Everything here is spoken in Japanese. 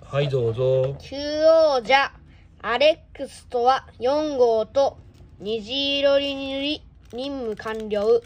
はい、どうぞ。中央じゃ、アレックスとは4号と虹色に塗り、任務完了。